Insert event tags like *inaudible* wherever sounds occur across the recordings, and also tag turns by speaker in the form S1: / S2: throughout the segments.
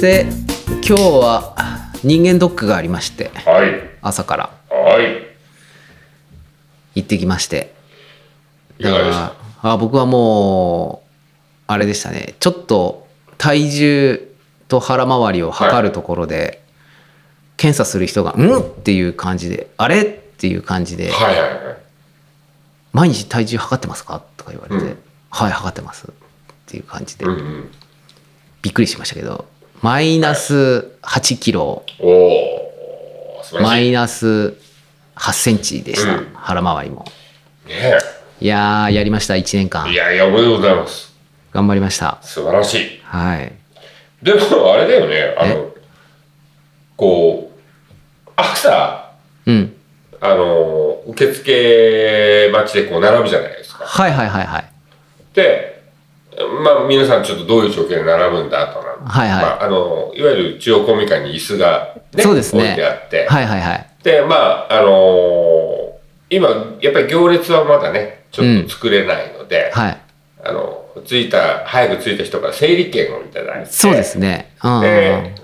S1: で今日は人間ドックがありまして
S2: はい。
S1: 朝から
S2: はい。
S1: 行ってきまして
S2: いかがでした
S1: あ僕はもうあれでしたねちょっと体重と腹回りを測るところで、検査する人が「うん?」っていう感じで「あれ?」っていう感じで
S2: はいはいはい。
S1: 「毎日体重測ってますか?」とか言われて「
S2: うん
S1: はい測ってます」っていう感じで、
S2: うんうん。
S1: びっくりしましたけどマイナス8キロ、
S2: おお。素晴ら
S1: マ
S2: しい。
S1: イナス8センチでした、
S2: うん
S1: 腹回りも
S2: ね
S1: いやーやりました1年間
S2: え。いやいや、おめでとうございます。
S1: 頑張りました
S2: 素晴らしい。
S1: はい
S2: でも、あれだよね。あの、こう、朝、
S1: うん
S2: あの、受付待ちでこう並ぶじゃないですか。
S1: はいはいはいはい
S2: で、まあ、皆さんちょっとどういう条件で並ぶんだとな
S1: はいはい
S2: まあ、あの、いわゆる中央公民館に椅子が、ね、
S1: そうですね
S2: 置いてあって、
S1: はいはいはい
S2: でまああのー今やっぱり行列はまだねちょっと作れないので、
S1: はい
S2: あの着いた早く着いた人から整理券をいただいて
S1: そうですねうん、
S2: で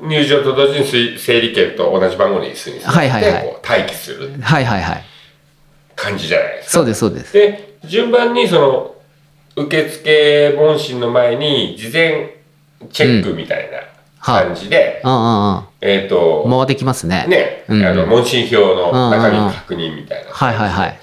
S2: 入場と同時にす整理券と同じ番号の椅子に座って、
S1: はいはいはい
S2: こう待機する
S1: はいはいはい
S2: 感じじゃないですか。
S1: そうですそうです
S2: で順番にその受付問診の前に事前チェックみたいな感じで、
S1: うんうんうん
S2: えっ、と、
S1: 回ってきますね
S2: ね、
S1: うん
S2: あの問診票の中身の確認みたいな。
S1: はいはいはい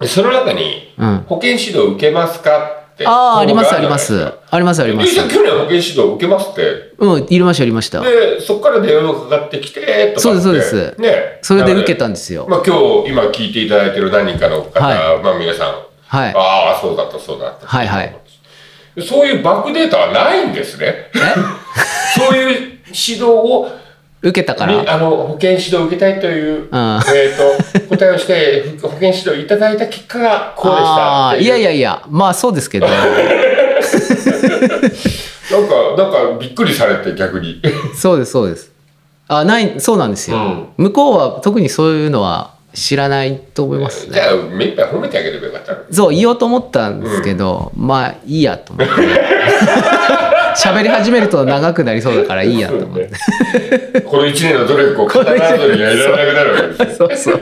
S2: でその中に、
S1: うん
S2: 保健指導受けますかって。
S1: ああーあり
S2: 項目
S1: ます
S2: が
S1: あります
S2: じゃない
S1: ありますありま
S2: ですすか。でじゃあ去年保健指導受けますって。
S1: うんいりましたいりました
S2: で、そこから電話がかかってきて、とかって
S1: そうですそうです
S2: ね。
S1: それで受け
S2: な
S1: たんですよ
S2: ので。まあ今日、今聞いていただいてる何人かの方、
S1: は
S2: まあ皆さん、
S1: はい
S2: ああ、そうだった、そうだった。
S1: はいはい
S2: そういうバックデータはないんで
S1: *laughs*
S2: すね。そういう指導を、
S1: 受けたか
S2: み
S1: ら
S2: あの、保健指導を受けたいという、
S1: ん
S2: えっと、答えをして、保健指導いただいた結果がこうでした
S1: ああ
S2: っ
S1: ー
S2: ていう。
S1: いやいやいやまあそうですけど
S2: なんか、なんかびっくりされて逆に。
S1: そうですそうですあないそうなんですよ、
S2: うん
S1: 向こうは特にそういうのは知らないと思います
S2: じ
S1: ね
S2: ゃあ、目いっぱい褒めてあげればよかったのに
S1: そう言おうと思ったんですけど、まあいいやと思って *laughs* 喋り始めると長くなりそうだからいいやと思って
S2: この1年の努
S1: *laughs*
S2: 力を語らずにはいられなくなるわけです
S1: そ
S2: ね。
S1: うそう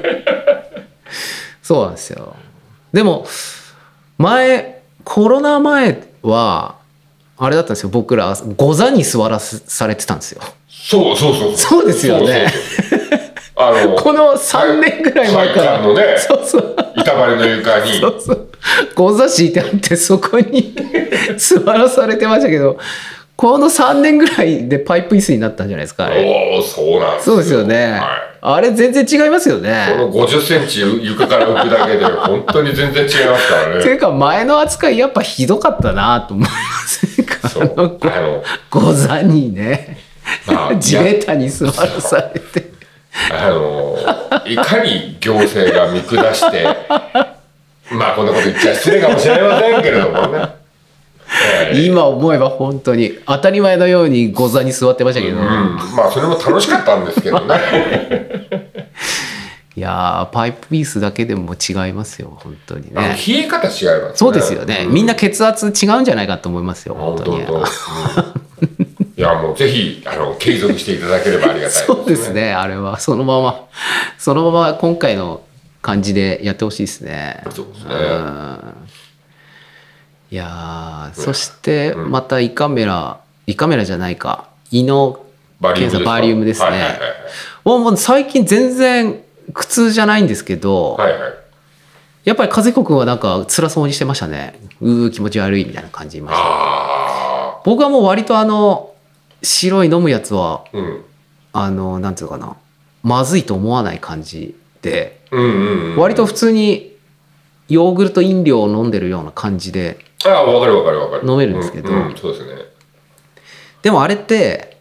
S1: そうなんですよでも前コロナ前はあれだったんですよ僕らご座に座らされてたんですよ
S2: そうそうそう。
S1: そうですよね
S2: そうそうそう。あの、
S1: この3年ぐらい前から、
S2: 体幹のね
S1: そうそう
S2: 板張りの床
S1: *laughs*
S2: に。
S1: そうそう。ご座敷いてあって、そこ
S2: *laughs*
S1: に座らされてましたけど、この3年ぐらいでパイプ椅子になったんじゃないですか、あれ。
S2: おお、そうなんです
S1: そうですよね。
S2: はい
S1: あれ、全然違いますよ
S2: こ
S1: ね。
S2: の50センチ床から浮くだけで、本当に全然違いますから
S1: ってい *laughs*
S2: ね。
S1: うか、前の扱い、やっぱひどかったなと思いますか。
S2: そう。
S1: あの
S2: あの、
S1: ご座にね
S2: まあ、
S1: 地べたに座らされて。
S2: あのいかに行政が見
S1: *laughs*
S2: 下して、まあこんなこと言っちゃ失礼かもしれませんけれども
S1: *laughs*
S2: ね。ええ
S1: 今思えば本当に当たり前のようにご座に座ってましたけど、
S2: うん、まあそれも楽しかったんです
S1: *laughs*
S2: けどね。
S1: いやーパイプ椅子だけでも違いますよ本当に
S2: あの
S1: ね
S2: 冷え方違いますね。
S1: そうですよね、
S2: うん
S1: みんな血圧違うんじゃないかと思いますよ、本
S2: 本当
S1: 当に。
S2: 本当うんいやもうぜひあの継続していただければありがたいです、
S1: そうですね、あれは、そのまま、そのまま今回の感じでやってほしいですね。
S2: そうですね
S1: んいやー、そしてまた胃カメラ、胃カメラじゃないか、胃の
S2: バリウ
S1: 検
S2: ムです
S1: 査、
S2: か
S1: バリウムです
S2: はいはい
S1: ね。もうもう最近、全然苦痛じゃないんですけど、
S2: はいはい。はいはい
S1: やっぱり和彦君はなんか辛そうにしてましたね、うー、気持ち悪いみたいな感じいました。
S2: あ
S1: 僕はもう割とあの白い飲むやつは
S2: あ、うん、
S1: あのなんていうのかなまずいと思わない感じで
S2: うんうんうん。
S1: 割と普通にヨーグルト飲料を飲んでるような感じで
S2: ああわかるわかるわかる。
S1: 飲めるんですけど
S2: ううん、そうですね。
S1: でもあれって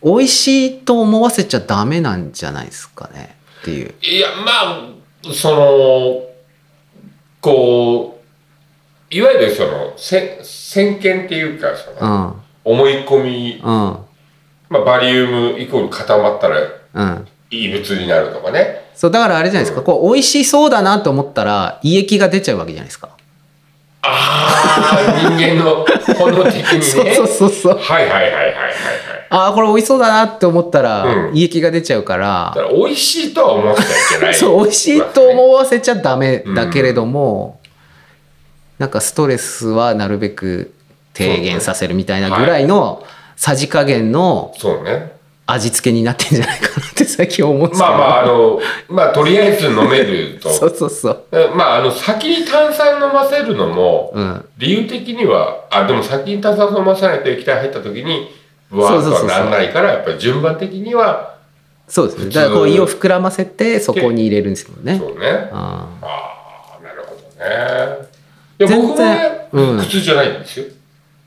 S1: 美味しいと思わせちゃダメなんじゃないですかねっていう
S2: いやまあそのこういわゆるそのせ先見っていうかそうの
S1: ん
S2: 思い込み、
S1: うん
S2: まあ、バリウムイコール固まったら
S1: うん
S2: 異物になるとかね
S1: そうだからあれじゃないですかこう美味しそうだなと思ったら胃液が出ちゃうわけじゃないですか
S2: ああ、人
S1: *laughs*
S2: 間の本能的に
S1: そう
S2: ね。
S1: そうそうそう
S2: はいはいはいはいはいはい。
S1: ああこれ美味しそうだなって思ったら
S2: うん
S1: 胃液が出ちゃうから
S2: だか、ら美味しいとは思っちゃいけない。
S1: そう美味しいと思わせちゃダメだけれども、なんかストレスはなるべく低減させるみたいなぐらいのさじ加減の
S2: そうね。
S1: 味付けになってんじゃないかなって最近思うんですけ
S2: ま
S1: ど、
S2: あまあ、あの、まあとりあえず飲めると。
S1: *laughs* そうそうそう
S2: まあ、あの、先に炭酸飲ませるのも、
S1: うん
S2: 理由的には、あ、でも先に炭酸飲ませないと液体入った時に、うわー
S1: そう
S2: と
S1: そうそ
S2: は
S1: うそう
S2: なんないから、やっぱり順番的には、
S1: そうですねだからこう胃を膨らませてそこに入れるんですけどね
S2: そうね。
S1: あ
S2: ああ、なるほどね。い
S1: 全
S2: や、
S1: 然
S2: 僕もね、
S1: うん
S2: 苦痛じゃないんですよ。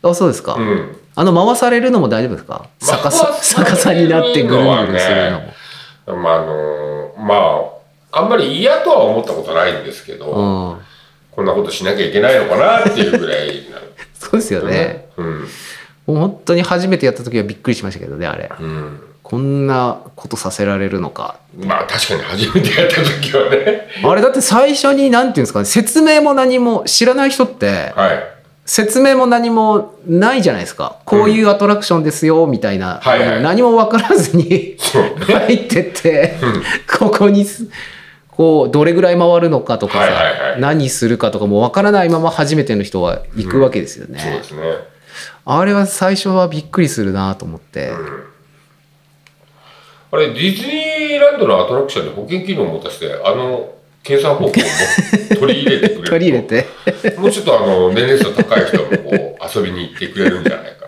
S1: ーあそうですか、
S2: うん。
S1: あの回されるのも大丈夫ですか逆さ
S2: 回されるのはね
S1: 逆さになってぐるんぐるんするのも
S2: まあ、あのーまあ、あんまり嫌とは思ったことないんですけど、
S1: うん、
S2: こんなことしなきゃいけないのかなっていうぐらいなる。
S1: そうですよね、
S2: うん。
S1: もう本当に初めてやった時はびっくりしましたけどねあれ
S2: うん。
S1: こんなことさせられるのか。
S2: まあ、確かに初めてやった時はね。
S1: あれだって最初に何て言うんですかね、説明も何も、知らない人って、
S2: はい。
S1: 説明も何もないじゃないですか。こういうアトラクションですよ、みたいな。
S2: はいはい
S1: 何も分からずに *laughs*
S2: そうね。
S1: 入ってって、ここにす、こう、どれぐらい回るのかとかさ、
S2: はいはいはい
S1: 何するかとかも分からないまま初めての人は行くわけですよ
S2: そう
S1: ね
S2: で。すね。
S1: あれは最初はびっくりするなと思って。
S2: あれ、ディズニーランドのアトラクションで保険機能を持たせて、あの、計算方法も *laughs* 取り入れてくれると。
S1: 取り入れて。
S2: もうちょっとあの、年齢層高い人もこう、遊びに行ってくれるんじゃないか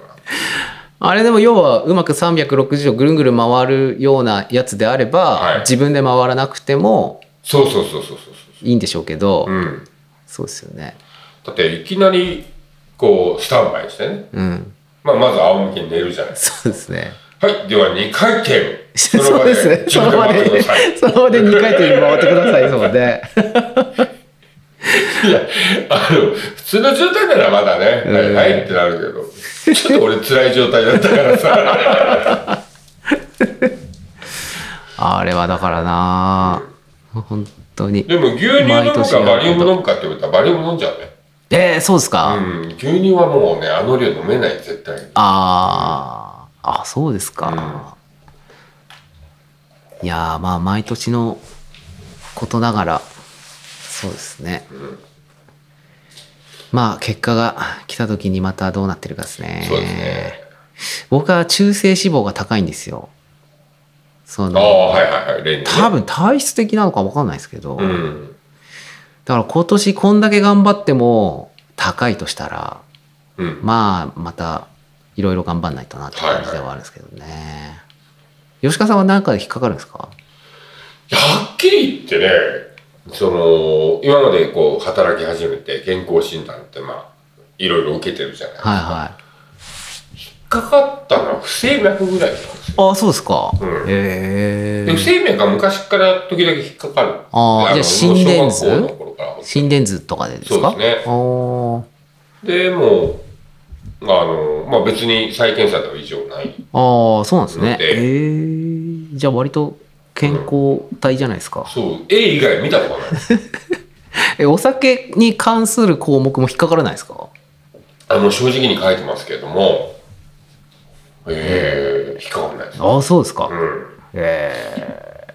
S2: な。
S1: あれでも要はうまく360度ぐるんぐるん回るようなやつであれば、
S2: はい
S1: 自分で回らなくても
S2: そうそうそうそうそうそう
S1: いいんでしょうけど、
S2: そう。うん。
S1: そうですよね。
S2: だっていきなりこうスタンバイしてね、
S1: うん。
S2: まあ、まず仰向けに寝るじゃないです
S1: そうですね。
S2: かはいでは2回転
S1: *laughs* そうですね。そ
S2: その
S1: の
S2: 場
S1: 場
S2: で
S1: で、その場で2回転回ってください、そうね。
S2: いやあの普通の状態ならまだね、はいはいってなるけどちょっと俺辛い状態だったから
S1: *laughs*
S2: さ
S1: あれはだからな本当に。
S2: でも牛乳飲むかバリウム飲むかって言われたらバリウム飲んじゃうね
S1: えー、そうですか、
S2: うん牛乳はもうねあの量飲めない絶対に
S1: あーあ、そうですか。いやーまあ、毎年のことながら、そうですね。まあ、結果が来た時にまたどうなってるかですね。
S2: そうですね
S1: 僕は中性脂肪が高いんですよ。そ
S2: ああ
S1: の、
S2: はいはいはい例にね
S1: 多分体質的なのかわかんないですけど、
S2: う
S1: だ
S2: ん
S1: から今年こんだけ頑張っても高いとしたら、
S2: うん
S1: まあまたいろいろ頑張んないとなって感じではあるんですけどね、吉川さんは何かで引っかかるんですか
S2: はっきり言ってねその今までこう働き始めて健康診断ってまあいろいろ受けてるじゃない、
S1: はいはい
S2: 引っかかったのは不整脈ぐらいなんですよ
S1: ああそうですか、
S2: うん
S1: へ
S2: で不
S1: え
S2: 整脈が昔から時々引っかかる
S1: あー
S2: の
S1: じゃあ心電図
S2: 小学校の頃から
S1: 心電図とかでですか
S2: そうですね
S1: おー
S2: でもうあの、まあ、別に再検査では異常ない
S1: ああそうなんですね
S2: で
S1: へえじゃあ割と健康体じゃないですか、
S2: そう A 以外見たことない
S1: えお酒に関する項目も引っかからないですか
S2: あの正直に書いてますけれどもええ引っかかんないです
S1: ああそうですか、
S2: うん
S1: え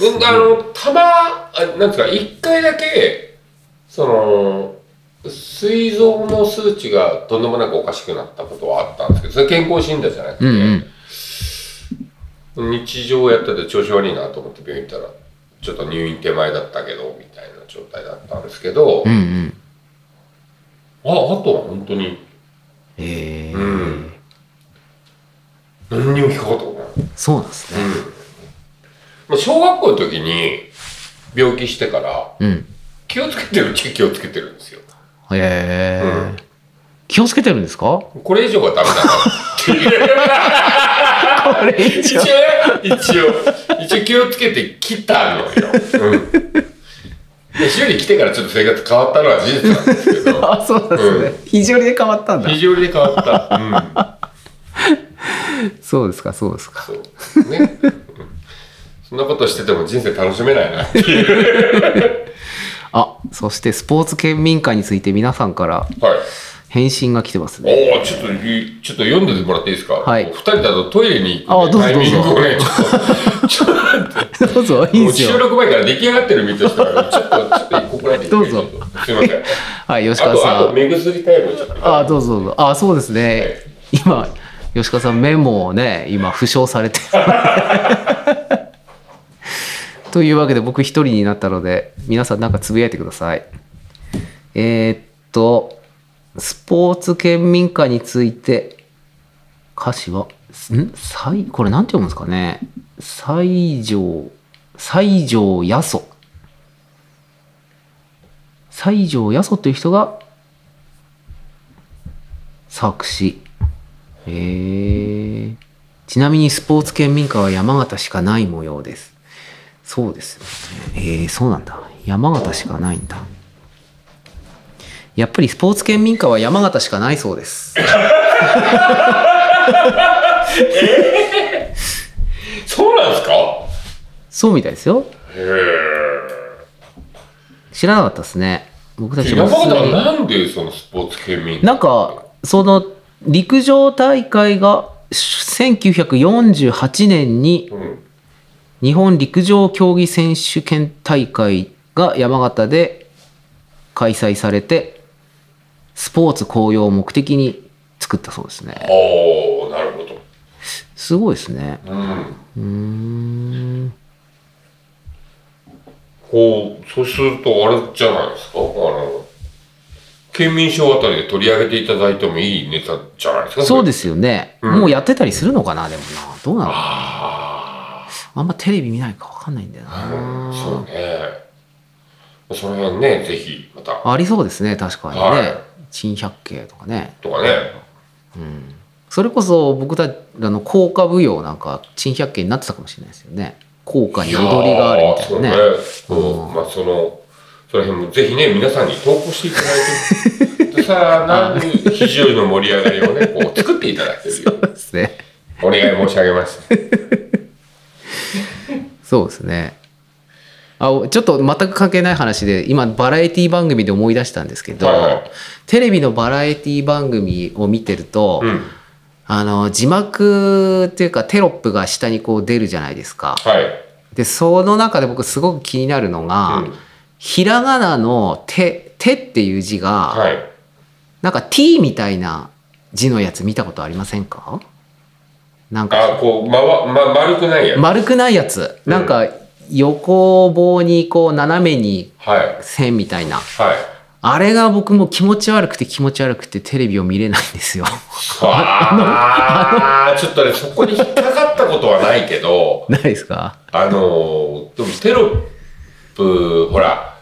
S2: うんあの、たま、あなんですか、一回だけ、その、膵臓の数値がとんでもなくおかしくなったことはあったんですけど、それ健康診断じゃなく
S1: え
S2: て、
S1: うんうん
S2: 日常やってて調子悪いなと思って病院行ったら、ちょっと入院手前だったけど、みたいな状態だったんですけど、
S1: う
S2: あ、
S1: んうん
S2: あとは本当に、
S1: ええ
S2: うん何にも聞かかったことない。
S1: そうなんですね
S2: まあ小学校の時に病気してから、
S1: うん、
S2: 気をつけてるうちは気をつけてるんですよ。
S1: へえ、
S2: うん
S1: 気をつけてるんですか
S2: これ以上はダメだなっていう。
S1: これ
S2: 一応ね一応一応気をつけてきたのよ、うん、で修理来てからちょっと生活変わったのは事実なんですけ
S1: *laughs*
S2: ど
S1: あそうなんですね、
S2: う
S1: 非常に変わったんだ
S2: 非常に変わった、うん、
S1: そうですかそうですか
S2: そうねうんそんなことしてても人生楽しめないなっていう
S1: あそしてスポーツ県民会について皆さんから
S2: はい。
S1: 返信が来てますね
S2: おお、ちょっとい、ちょっと読んでてもらっていいですか。
S1: はい
S2: 二人だとトイレに行く、
S1: あ
S2: タイ
S1: どうぞどうぞ
S2: ミングをね、ちょっと、ちょっと待って。
S1: どうぞいい
S2: も
S1: で
S2: う
S1: す
S2: 収
S1: よ
S2: 録前から出来上がってるみたいですから、ちょっと、ちょっと一個くらいでいいですか
S1: どうぞ。
S2: すいません。
S1: はい吉
S2: あ
S1: 川
S2: と、
S1: さ
S2: あと、
S1: ん
S2: 目薬タイムをちょっと。
S1: あどうぞどうぞあそうですね今吉川さんメモをね今負傷されて *laughs* というわけで僕一人になったので皆さんなんかつぶやいてくださいえーっとスポーツ県民会について歌詞はん西これなんて読むんですかね西条西条八十西条八十という人が作詞へえちなみにスポーツ県民会は山形しかない模様ですそうですねへえそうなんだ山形しかないんだやっぱりスポーツ県民会は山形しかないそうです
S2: そうなんですか。
S1: そうみたいですよ
S2: へえ。
S1: 知らなかったですね僕たち
S2: 山
S1: も
S2: 形は
S1: に
S2: なんで、そのスポーツ県民。
S1: なんかその陸上大会が1948年に
S2: うん。
S1: 日本陸上競技選手権大会が山形で開催されてスポーツ紅葉を目的に作ったそうですね
S2: おお、なるほど。
S1: すごいですね
S2: うん。
S1: うーん
S2: こう、そうすると、あれじゃないですか。あの。県民賞あたりで取り上げていただいてもいいネタじゃないですか。。
S1: そうですすよね、
S2: うん
S1: もうやってたりするのかなでもなどうなの
S2: あ
S1: あんまテレビ見ないか分かんないんだよ
S2: あ。うん
S1: な、
S2: そうね。その辺ね、ぜひ、また。
S1: ありそうですね確かにね、
S2: はい
S1: 珍百景とかね
S2: とかね。
S1: うんそれこそ僕たちの効果舞踊なんか珍百景になってたかもしれないですよね効果に踊りがあるみたいなね
S2: やーそうね。うんまあそのその辺もぜひね皆さんに投稿していただいてでさあ
S1: *laughs*
S2: 何非常の盛り上がりをねこう作っていただけるように
S1: ですね
S2: お願い申し上げます。
S1: そうですね。あおちょっと全く関係ない話で今バラエティ番組で思い出したんですけど、
S2: はいはい
S1: テレビのバラエティ番組を見てると、
S2: うん
S1: あの字幕っていうかテロップが下にこう出るじゃないですか。
S2: はい。
S1: でその中で僕すごく気になるのが、
S2: うん
S1: ひらがなの手「手」っていう字が、
S2: はい。
S1: なんか「t」みたいな字のやつ見たことありませんかなんか
S2: あこうまわま丸くないやつ。
S1: 丸くないやつなんか横棒にこう斜めに
S2: はい
S1: 線みたいな
S2: はい。
S1: あれが僕も気持ち悪くて気持ち悪くてテレビを見れないんですよ *laughs*
S2: あ *laughs* あちょっとねそこに引っかかったことはないけど。
S1: ないですか
S2: あのーでもテロップ、ほら、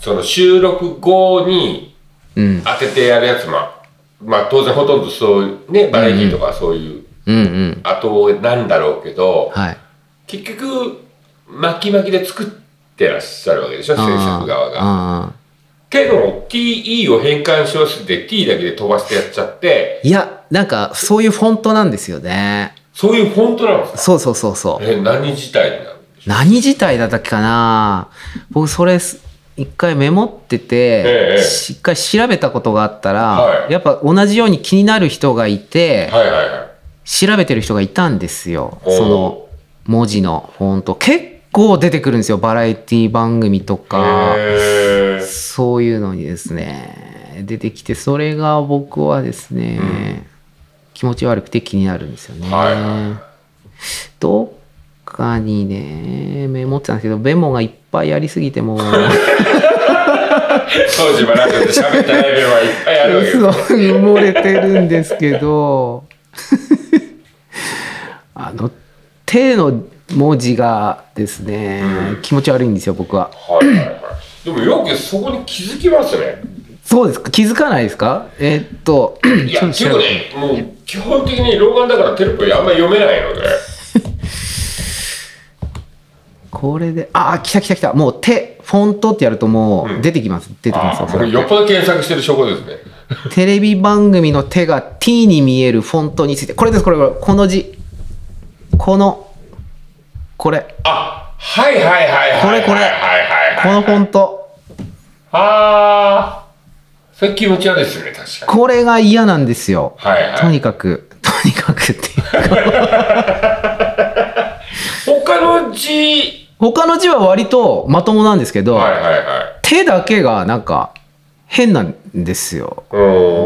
S2: その収録後に
S1: うん
S2: 当ててやるやつも、まあ当然ほとんどそういう、ね、バラエティとかそういう、
S1: うんうん
S2: 後なんだろうけど、
S1: はい
S2: 結局、巻き巻きで作ってらっしゃるわけでしょ、制作側が。
S1: が
S2: けど、TE を変換し忘れて T だけで飛ばしてやっちゃって、
S1: いやなんかそういうフォントなんですよね
S2: そういうフォントなんですか
S1: そうそうそうそう
S2: え、何自体になるんでしょう
S1: 何自体だったっけかな僕それす一回メモって
S2: え
S1: て、
S2: え
S1: し一回調べたことがあったら、
S2: はい
S1: やっぱ同じように気になる人がいて、
S2: はいはいはい。
S1: 調べてる人がいたんですよ
S2: おー
S1: その文字のフォント結構出てくるんですよバラエティ番組とか
S2: へー
S1: そういうのにですね出てきてそれが僕はですね、
S2: うん
S1: 気持ち悪くて気になるんですよね、
S2: はいは
S1: どっかにねメモってたんですけどメモがいっぱいありすぎて
S2: *laughs*
S1: もう
S2: 当時はラジオで喋ってない面はいっぱいあるわけです *laughs*
S1: そう埋もれてるんですけど *laughs* あの「手」の文字がですね、気持ち悪いんですよ僕は
S2: はいはいはい。でもよくそこに気づきますね。
S1: そうですか気づかないですかえーっと
S2: い
S1: ち
S2: や、
S1: ょっと
S2: 結
S1: 調
S2: 構
S1: べて
S2: ね、もう基本的に老眼だからテロップあんまり読めないので。
S1: これでああ来た来た来たもう「手」フォントってやるともう出てきます、出てきま
S2: あ
S1: す
S2: あ、
S1: よそ
S2: も
S1: れ
S2: うよっぽど検索してる証拠ですね。
S1: テレビ番組の手が T に見えるフォントについてこれですこれこれこの字このこれ
S2: あ、はいはいはいはい。
S1: これこれ
S2: はいはいはい。
S1: このフォント
S2: あー、それ気持ち悪いですね、確かに。
S1: これが嫌なんですよ。
S2: はいはい。
S1: とにかく、とにかくっていうか。
S2: 他の字、
S1: 他の字は割とまともなんですけど、
S2: はいはいはい。
S1: 手だけがなんか変なんですよ。
S2: う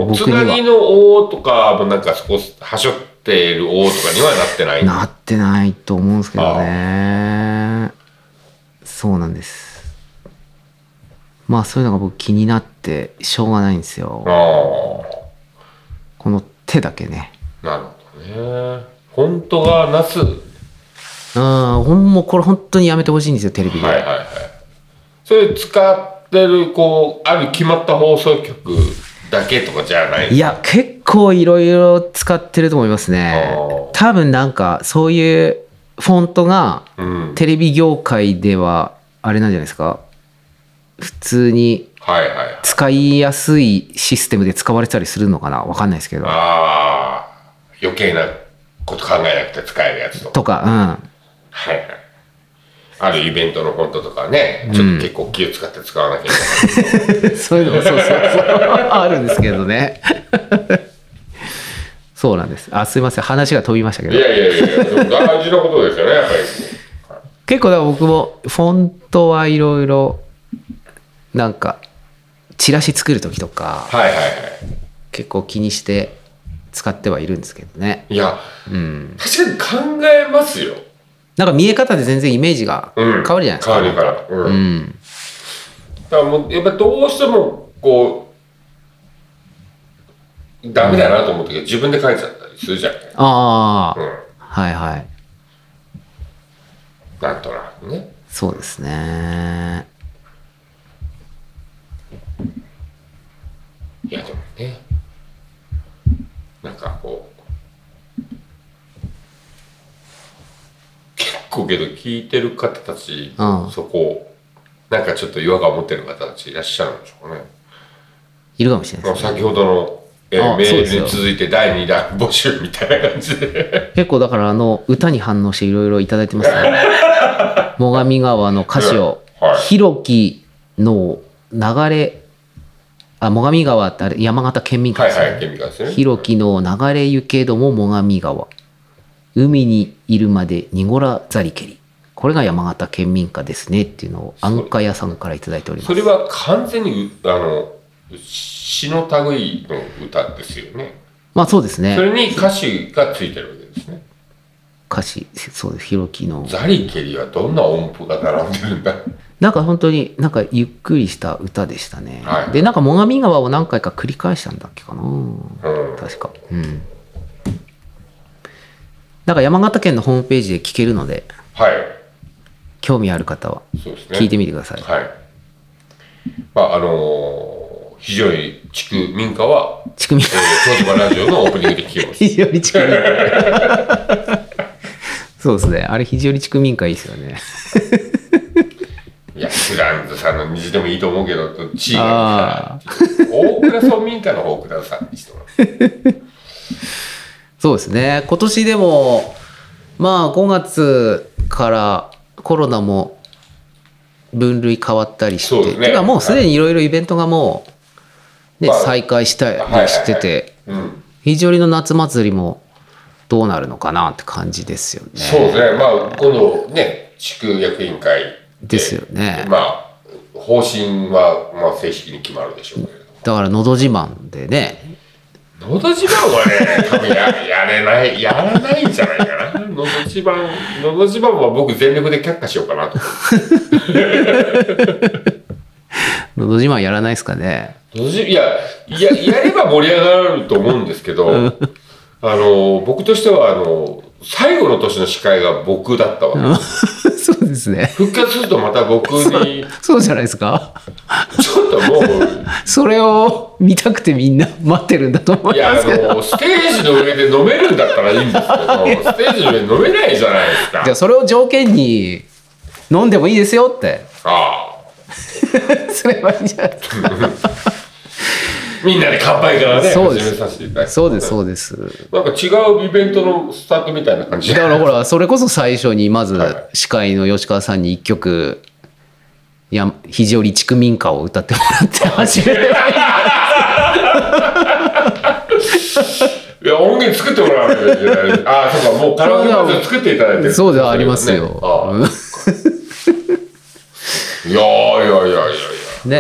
S2: ん、
S1: 僕
S2: つ
S1: には
S2: なぎの王とかもなんかそこはしょってる王とかにはなってない。
S1: なってないと思うんですけどね。そうなんです。まあそういうのが僕気になってしょうがないんですよ
S2: あ。あ。
S1: この手だけね。
S2: なるほどね。本当がなす。は
S1: うん、ほんもうこれ本当にやめてほしいんですよ、テレビ
S2: い
S1: で。
S2: はいはい。それ使ってる、こう、ある決まった放送局だけとかじゃない
S1: いや、結構いろいろ使ってると思いますね
S2: あー。
S1: 多分なんかそういうフォントが
S2: うん。
S1: テレビ業界ではあれなんじゃないですか。普通に
S2: はいはいはい。
S1: 使いやすいシステムで使われてたりするのかなわかんないですけど。
S2: ああ、余計なこと考えなくて使えるやつとか。
S1: とか、うん。
S2: はいはい。あるイベントのフォントとかね、ちょっと結構気を使って使わなきゃいけな
S1: *laughs*
S2: い。
S1: そういうのもそうそうそうあるんですけどね。 *laughs* そうなんです。あすいません話が飛びましたけ
S2: い
S1: ど
S2: やいやいや、でも大事なことですよね、やっぱり。
S1: 結構だから僕もフォントはいろいろなんかチラシ作る時とか
S2: はいはいは
S1: 結構気にして使ってはいるんですけどね。
S2: い。いや、
S1: うん、
S2: 確かに考えますよ。
S1: なんか見え方で全然イメージが変
S2: うん。
S1: わるじゃないですか。
S2: 変わるから。うん。
S1: うん、
S2: だからもう、やっぱどうしても、こう、ダメだなと思ったけど、自分で書いちゃったりするじゃん。う
S1: ああ、
S2: ん。
S1: はいはい
S2: なんとなくね。
S1: そうですね。
S2: いや、でもね。なんかこう、結構けど聞いてる方たち、
S1: うん
S2: そこ、なんかちょっと違和感を持ってる方たちいらっしゃるんでしょうかね。
S1: いるかもしれない
S2: まあ
S1: ですね。
S2: 先ほどの、えー
S1: あ
S2: メ
S1: そう
S2: ー
S1: です
S2: ル
S1: よ
S2: に続いて第2弾募集みたいな感じで。
S1: 結構だからあの歌に反応していろいろいただいてます
S2: *laughs*
S1: ね。最上川の歌詞を
S2: うんはい
S1: 「ひろきの流れ」あ最上川ってあれ山形県民歌
S2: は
S1: で
S2: い
S1: すね
S2: はい、ケミカですね。
S1: ひろきの流れゆけども最上川。海にいるまで濁らざりけり。これが山形県民歌ですねっていうのをアンカ屋さんからいただいております。
S2: それは完全にう、あの、詩の類の歌ですよね。
S1: まあそうです
S2: そ
S1: ね。
S2: れに歌詞がついてるわけですね。
S1: 歌詞、そうです。ひろきの。
S2: ザリケリはどんな音符が並んでるんだ
S1: なんか本当になんかゆっくりした歌でしたね。
S2: はい
S1: で、なんか最上川を何回か繰り返したんだっけかな。
S2: うん。
S1: 確か。うん。なんか山形県のホームページで聞けるので、
S2: はい。
S1: 興味ある方は
S2: そうですね。
S1: 聞いてみてください。
S2: はい。まあ、あのー非常に地区民家は、
S1: ちくみ
S2: えー、東芝ラジオのオープニングで聞けます。
S1: 非常に地区
S2: *laughs*
S1: 民会そうですねあれ非常に地区民会いいですよね
S2: いや、フランズさんの虹でもいいと思うけど、地位
S1: あ
S2: がいいから。大倉村民家の大倉さんにしてもらう。
S1: そうですね今年でもまあ5月からコロナも分類変わったりして
S2: そうですね
S1: てかもうすでにいろいろイベントがもう、ね
S2: まあ
S1: 再開したりしてて、
S2: うん。
S1: 非常にの夏祭りもどうなるのかなって感じですよね
S2: そうですね。まあ、今度ね、地区役員会
S1: で
S2: で
S1: すよね
S2: まあ、方針は、まあ、正式に決まるでしょうけれど。
S1: だから「のど自慢」でね
S2: のど自慢はね、多分ややれない、やらないんじゃないかな。のど自慢、のど自慢は僕全力で却下しようかなと。
S1: 「のど自慢」やらないですかね *laughs*
S2: のど自いや、いや、やれば盛り上がると思うんですけど、あの、僕としては、あの、最後の年の司会が僕だったわけ。
S1: そうですね
S2: 復活するとまた僕に、
S1: *laughs* そうじゃないですか
S2: ちょっともう、
S1: それを見たくてみんな待ってるんだと思
S2: い
S1: い
S2: や、
S1: ま
S2: あ
S1: すけど。
S2: の、ステージの上で飲めるんだったらいいんですけど、ステージの上で飲めないじゃないですか
S1: じゃあ。それを条件に飲んでもいいですよって *laughs*
S2: ああ。
S1: すればいいんじゃないですか。
S2: みんなで乾杯からね、
S1: そうです
S2: 始めさせていただいて。
S1: そうですそうです。
S2: なんか違うイベントのスタートみたいな感じ
S1: だからほらそれこそ最初にまず
S2: はい
S1: 司会の吉川さんに一曲いや肘折地区民歌を歌ってもらって走る
S2: いや、音源作ってもらわないといけない。ああ、そうか、もうカラオケまず作っていただいて
S1: *laughs*
S2: る。
S1: そうではありますよ
S2: ああ
S1: うん
S2: いやーいやいやいやいや。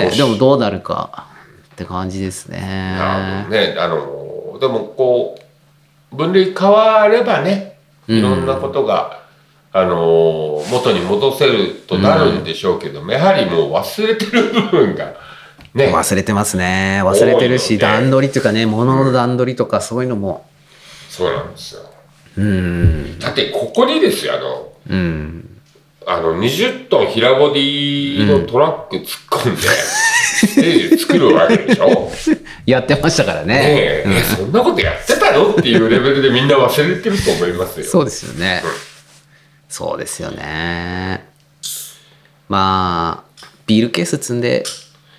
S1: ね
S2: よし
S1: でもどうなるかって感じです
S2: なる
S1: ね
S2: ほどね、あの、でもこう、分類変わればね、
S1: うん
S2: いろんなことが、あの、元に戻せるとなるんでしょうけど、やはりもう忘れてる部分が、ね、
S1: 忘れてますね忘れてるし、
S2: 多いよね
S1: 段取りっていうかね物の段取りとかそういうのも
S2: そうなんですよ。
S1: うん
S2: だって、ここにですよ、あの、
S1: うん
S2: あの、20トン平ボディのトラック突っ込んで、ステージ作るわけでし
S1: *laughs*
S2: ょ
S1: やってましたからね
S2: ねえ、えそんなことやってたのっていうレベルでみんな忘れてると思いますよ。
S1: そうですよね
S2: うん
S1: そうですよねまあビールケース積んで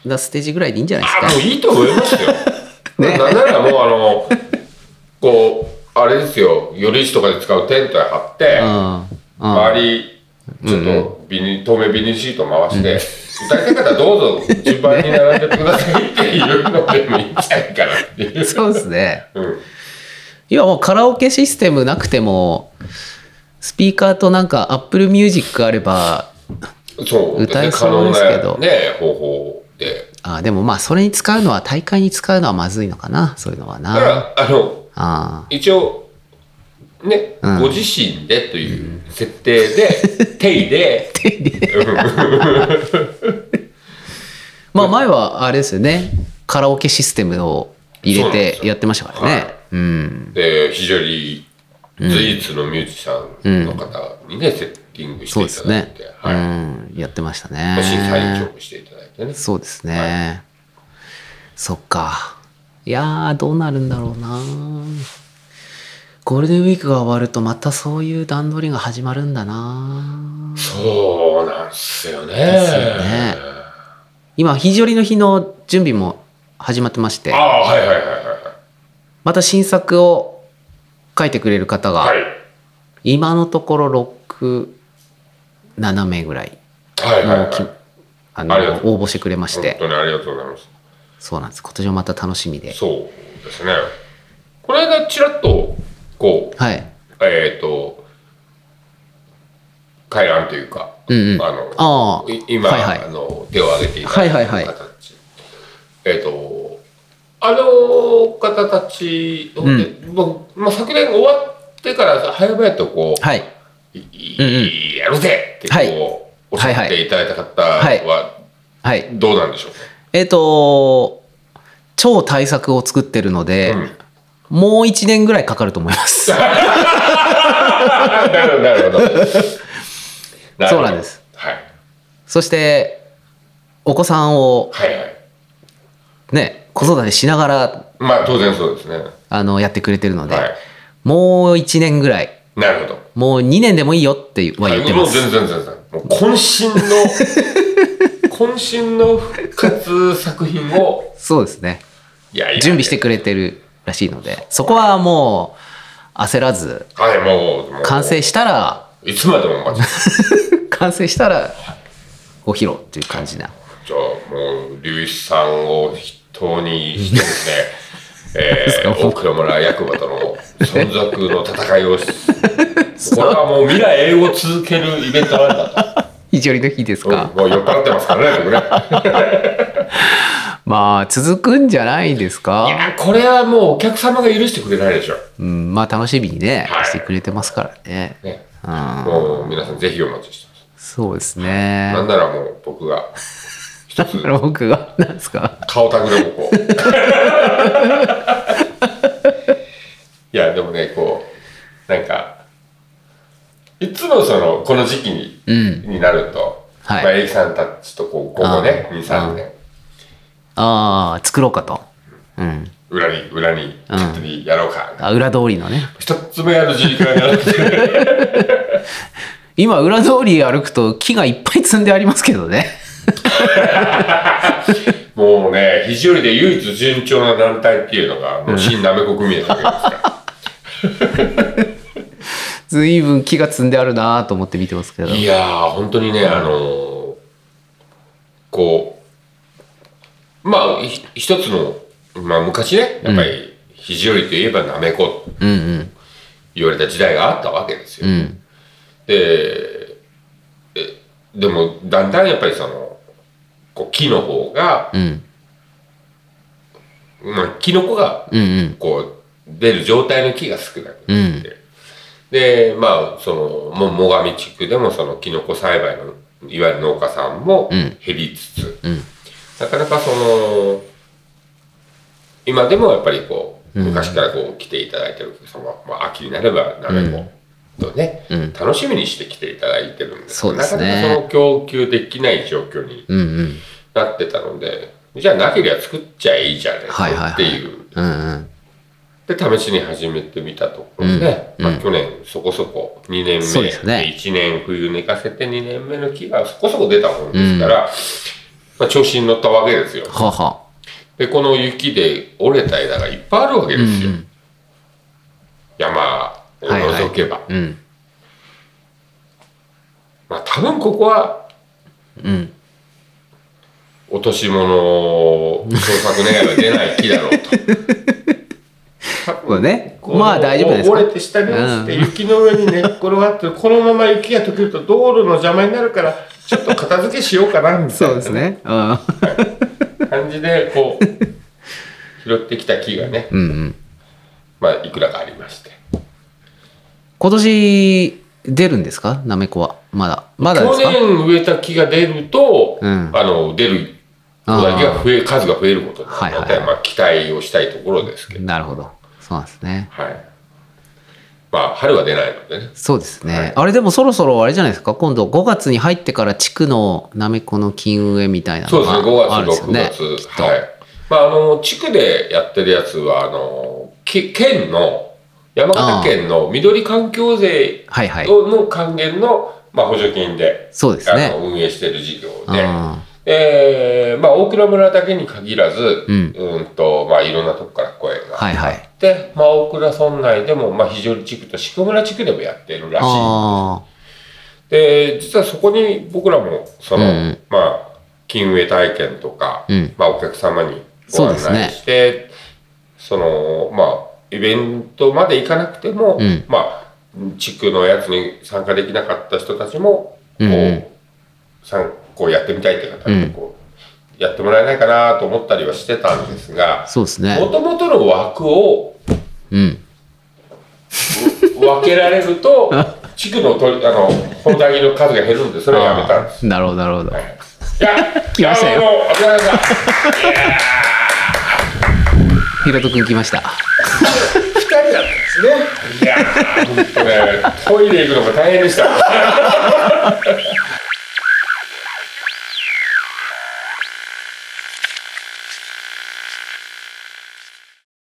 S1: だステージぐらいでいいんじゃないです
S2: あ
S1: か
S2: もういいと思いますよ。
S1: *laughs* ね
S2: なんならもうあの、こう、あれですよ、寄り市とかで使うテントへ張って、
S1: うんうん
S2: 周り、ちょっとビニ、透明ビニールシート回して、歌いたい方どうぞ順番に並んでくださいっていうのでもいいんじゃないかなっていう。
S1: そうですね
S2: うん
S1: いやもうカラオケシステムなくてもスピーカーとなんか Apple Music あれば
S2: そう、
S1: 歌え
S2: 可
S1: そう
S2: 能
S1: ですけど
S2: なね、方法で。
S1: あでもまあそれに使うのは大会に使うのはまずいのかなそういうのは
S2: だか
S1: な
S2: ら、あの、
S1: あ
S2: 一応、ね、
S1: うん
S2: ご自身でという設定で、
S1: *laughs*
S2: 手入れ、
S1: まあ前はあれですよねカラオケシステムを入れ
S2: そうなんで
S1: て
S2: すよ
S1: やってましたからね
S2: はい
S1: うん
S2: で、非常にスイーツのミュージシャンの方にね、セッティングして
S1: そう
S2: い
S1: で
S2: た
S1: す
S2: だい
S1: ね
S2: て、、
S1: う
S2: はい。
S1: んやってました
S2: もし最
S1: ね
S2: 長していただいてね。
S1: そうですね、そっかいやーどうなるんだろうなゴールデンウィークが終わるとまたそういう段取りが始まるんだな
S2: そうなんすよね。
S1: ですよね今肘折の日の準備も始まってまして
S2: ああ、はいはいはいはい
S1: また新作を書いてくれる方が、
S2: はい。
S1: 今のところ67名ぐらい
S2: はいはいはい
S1: の
S2: はい。
S1: き
S2: 本
S1: あの
S2: ありがと
S1: 応募してくれまして
S2: 当にありがとうございます。
S1: そうなんです今年もまた楽しみで
S2: そうですね。この間、ちらっと、こう、
S1: はい
S2: えっ、と、回覧というか、
S1: うんうん
S2: あの、
S1: ああ
S2: い今、
S1: はいはい
S2: あの手を挙げていた
S1: は
S2: だ
S1: い
S2: いた
S1: は
S2: 形、
S1: いはい
S2: えっ、とあの方たちをね、もうまあ、昨年終わってから早々とこう、
S1: はい
S2: いい
S1: うん
S2: やるぜってこう、
S1: はい
S2: おっしゃっていただいた方は
S1: はい
S2: どうなんでしょうか、
S1: えっ、と超大作を作ってるので、
S2: *laughs*
S1: もう1年ぐらいかかると思います。
S2: うんなるほどなるほどるほど
S1: *laughs* そうなんです
S2: はい
S1: そしてお子さんを
S2: はいはい
S1: ね子育てしながら
S2: まあ当然そうですね
S1: あのやってくれてるので、
S2: はい
S1: もう1年ぐらい
S2: なるほど
S1: もう2年でもいいよっては言ってま
S2: もう全
S1: す。
S2: 然全然。もう渾身の、 *laughs* 渾身の復活作品
S1: *laughs*
S2: を、
S1: そうですね
S2: いやいや。
S1: 準備してくれてるらしいのでそこはもう焦らず
S2: はい、もう、もう
S1: 完成したら
S2: いつまでも待ち。
S1: 完成したらご披露っていう感じな。
S2: *laughs* じゃあ、もう、龍一さんを筆頭にしてですね、え
S1: *laughs* ですか
S2: ー、
S1: もう
S2: 大倉村役場との存続の戦
S1: *laughs*
S2: いをし、これはもう未来永劫を続けるイベントなんだ
S1: 肘折の日です
S2: と。
S1: か、
S2: うんもう酔っ払ってますからね、僕ね。
S1: *laughs* まあ続くんじゃないです
S2: い
S1: か、
S2: や、これはもうお客様が許してくれないでしょ。
S1: うん、まあ楽しみにね、
S2: はい
S1: してくれてますからね、
S2: ね。
S1: うん、
S2: もう、皆さんぜひお待ちしてます。
S1: そうですね
S2: なんならもう僕が一つ
S1: 僕がなんですか
S2: 顔たぐれもこう。いやでもねこうなんかいつもそのこの時期に,、
S1: うん
S2: になると、
S1: はい
S2: まあ、エイキさんたちとこうここね23年
S1: ああ作ろうかと、うん、
S2: 裏に裏に勝手にやろうか、
S1: あ裏通りのね
S2: 一つ目やる時間
S1: *laughs*
S2: がなくて
S1: 今裏通り歩くと木がいっぱい積んでありますけどね *laughs*
S2: もうね肘折で唯一順調な団体っていうのがもう新なめこ組合だけですから。
S1: 随分木が積んであるなと思って見てますけど
S2: いやー、本当にね、あのーこうまあひ一つの、まあ、昔ねやっぱり肘折といえばなめこっ
S1: う
S2: て
S1: んうん
S2: 言われた時代があったわけですよ。
S1: うん
S2: でえでもだんだんやっぱりそのこう木の方が、
S1: うん
S2: まあ、キノコが
S1: うんうん
S2: こう出る状態の木が少なく
S1: う
S2: なって、でまあそのも最上地区でもそのキノコ栽培のいわゆる農家さんも
S1: うん
S2: 減りつつ、
S1: うん
S2: なかなかその今でもやっぱりこう昔からこう来ていただいてるお客様、まあ、秋になればなめことね、
S1: うん
S2: 楽しみにして来ていただいてるんですけ
S1: そ
S2: ど
S1: うですね
S2: なかなかその供給できない状況に
S1: うんうん
S2: なってたのでじゃあなければ作っちゃいいじゃね
S1: はいはいはい
S2: っていう、
S1: うんうん
S2: で試しに始めてみたところで、
S1: うん
S2: まあ
S1: うん
S2: 去年そこそこ2年
S1: そう
S2: 目、
S1: ですね
S2: 1年冬寝かせて2年目の木がそこそこ出たもんですから、まあ、調子に乗ったわけですよ
S1: はは
S2: でこの雪で折れた枝がいっぱいあるわけ
S1: うんう
S2: ですよ、
S1: ん
S2: 山を
S1: はいはい
S2: 除けば、
S1: うん
S2: まあ多分ここは
S1: うん
S2: 落とし物を捜索願いは出ない木だろうと多分
S1: これね
S2: この
S1: まあ大丈夫ですか
S2: 折れて下に落ちて雪の上に寝っ転がってる、このまま雪が溶けると道路の邪魔になるからちょっと片付けしようかなみたい
S1: そ
S2: な
S1: うですねうん
S2: 感じでこう *laughs* 拾ってきた木がね、
S1: うんうん
S2: まあ、いくらかありまして
S1: 今年出るんですかなめこはまだまだで
S2: 去
S1: すか
S2: 年植えた木が出ると、
S1: うん
S2: あの出る木だけが増え数が増えることになったの
S1: は
S2: で、
S1: いはい
S2: まあ、期待をしたいところですけど、
S1: なるほどそうなんですね
S2: はい、まあ春は出ないのでね
S1: そうですね、
S2: はい
S1: あれでもそろそろあれじゃないですか今度5月に入ってから地区のなめこの金植えみたいな
S2: そ
S1: の
S2: うですね、
S1: があるんですよ
S2: 5
S1: ね
S2: 月、6
S1: きっ
S2: 月。
S1: と
S2: はい。まあ、あの、地区でやってるやつは、あの、き県の、山形県の緑環境税
S1: はいはい
S2: をの還元の、まあ、補助金で、
S1: そうです
S2: あ
S1: ね
S2: の運営してる事業で、
S1: あ
S2: えーまあ、大蔵村だけに限らず、
S1: う
S2: うんん、と、まあ、いろんなとこから声
S1: ー
S2: が。
S1: はいはい
S2: で、まあ、大蔵村内でも、まあ、非常に地区と宿村地区でもやってるらしい。
S1: あ
S2: で実はそこに僕らもその、
S1: うん
S2: まあ金植え体験とか、
S1: うん
S2: まあ、お客様に
S1: そ
S2: ご
S1: うで
S2: 案
S1: すね
S2: 内してそ,、のまあイベントまで行かなくても、
S1: うん
S2: まあ地区のやつに参加できなかった人たちもこう,、
S1: うんうん
S2: さんこうやってみたいって方にこう、やってもらえないかなと思ったりはしてたんです
S1: あ
S2: が
S1: そうです
S2: も
S1: ね
S2: ともとの枠を
S1: うん
S2: 分けられる
S1: *laughs*
S2: と地区の取りあの本田木の数が減るんでそれはやめたんです。
S1: なるほどなるほど
S2: いや、
S1: 来ましたよ
S2: いやもうお疲れ様でした
S1: ひろとくん来ました
S2: 二人だったんですね。いやー、本当ね、トイレ行くのが大変でした。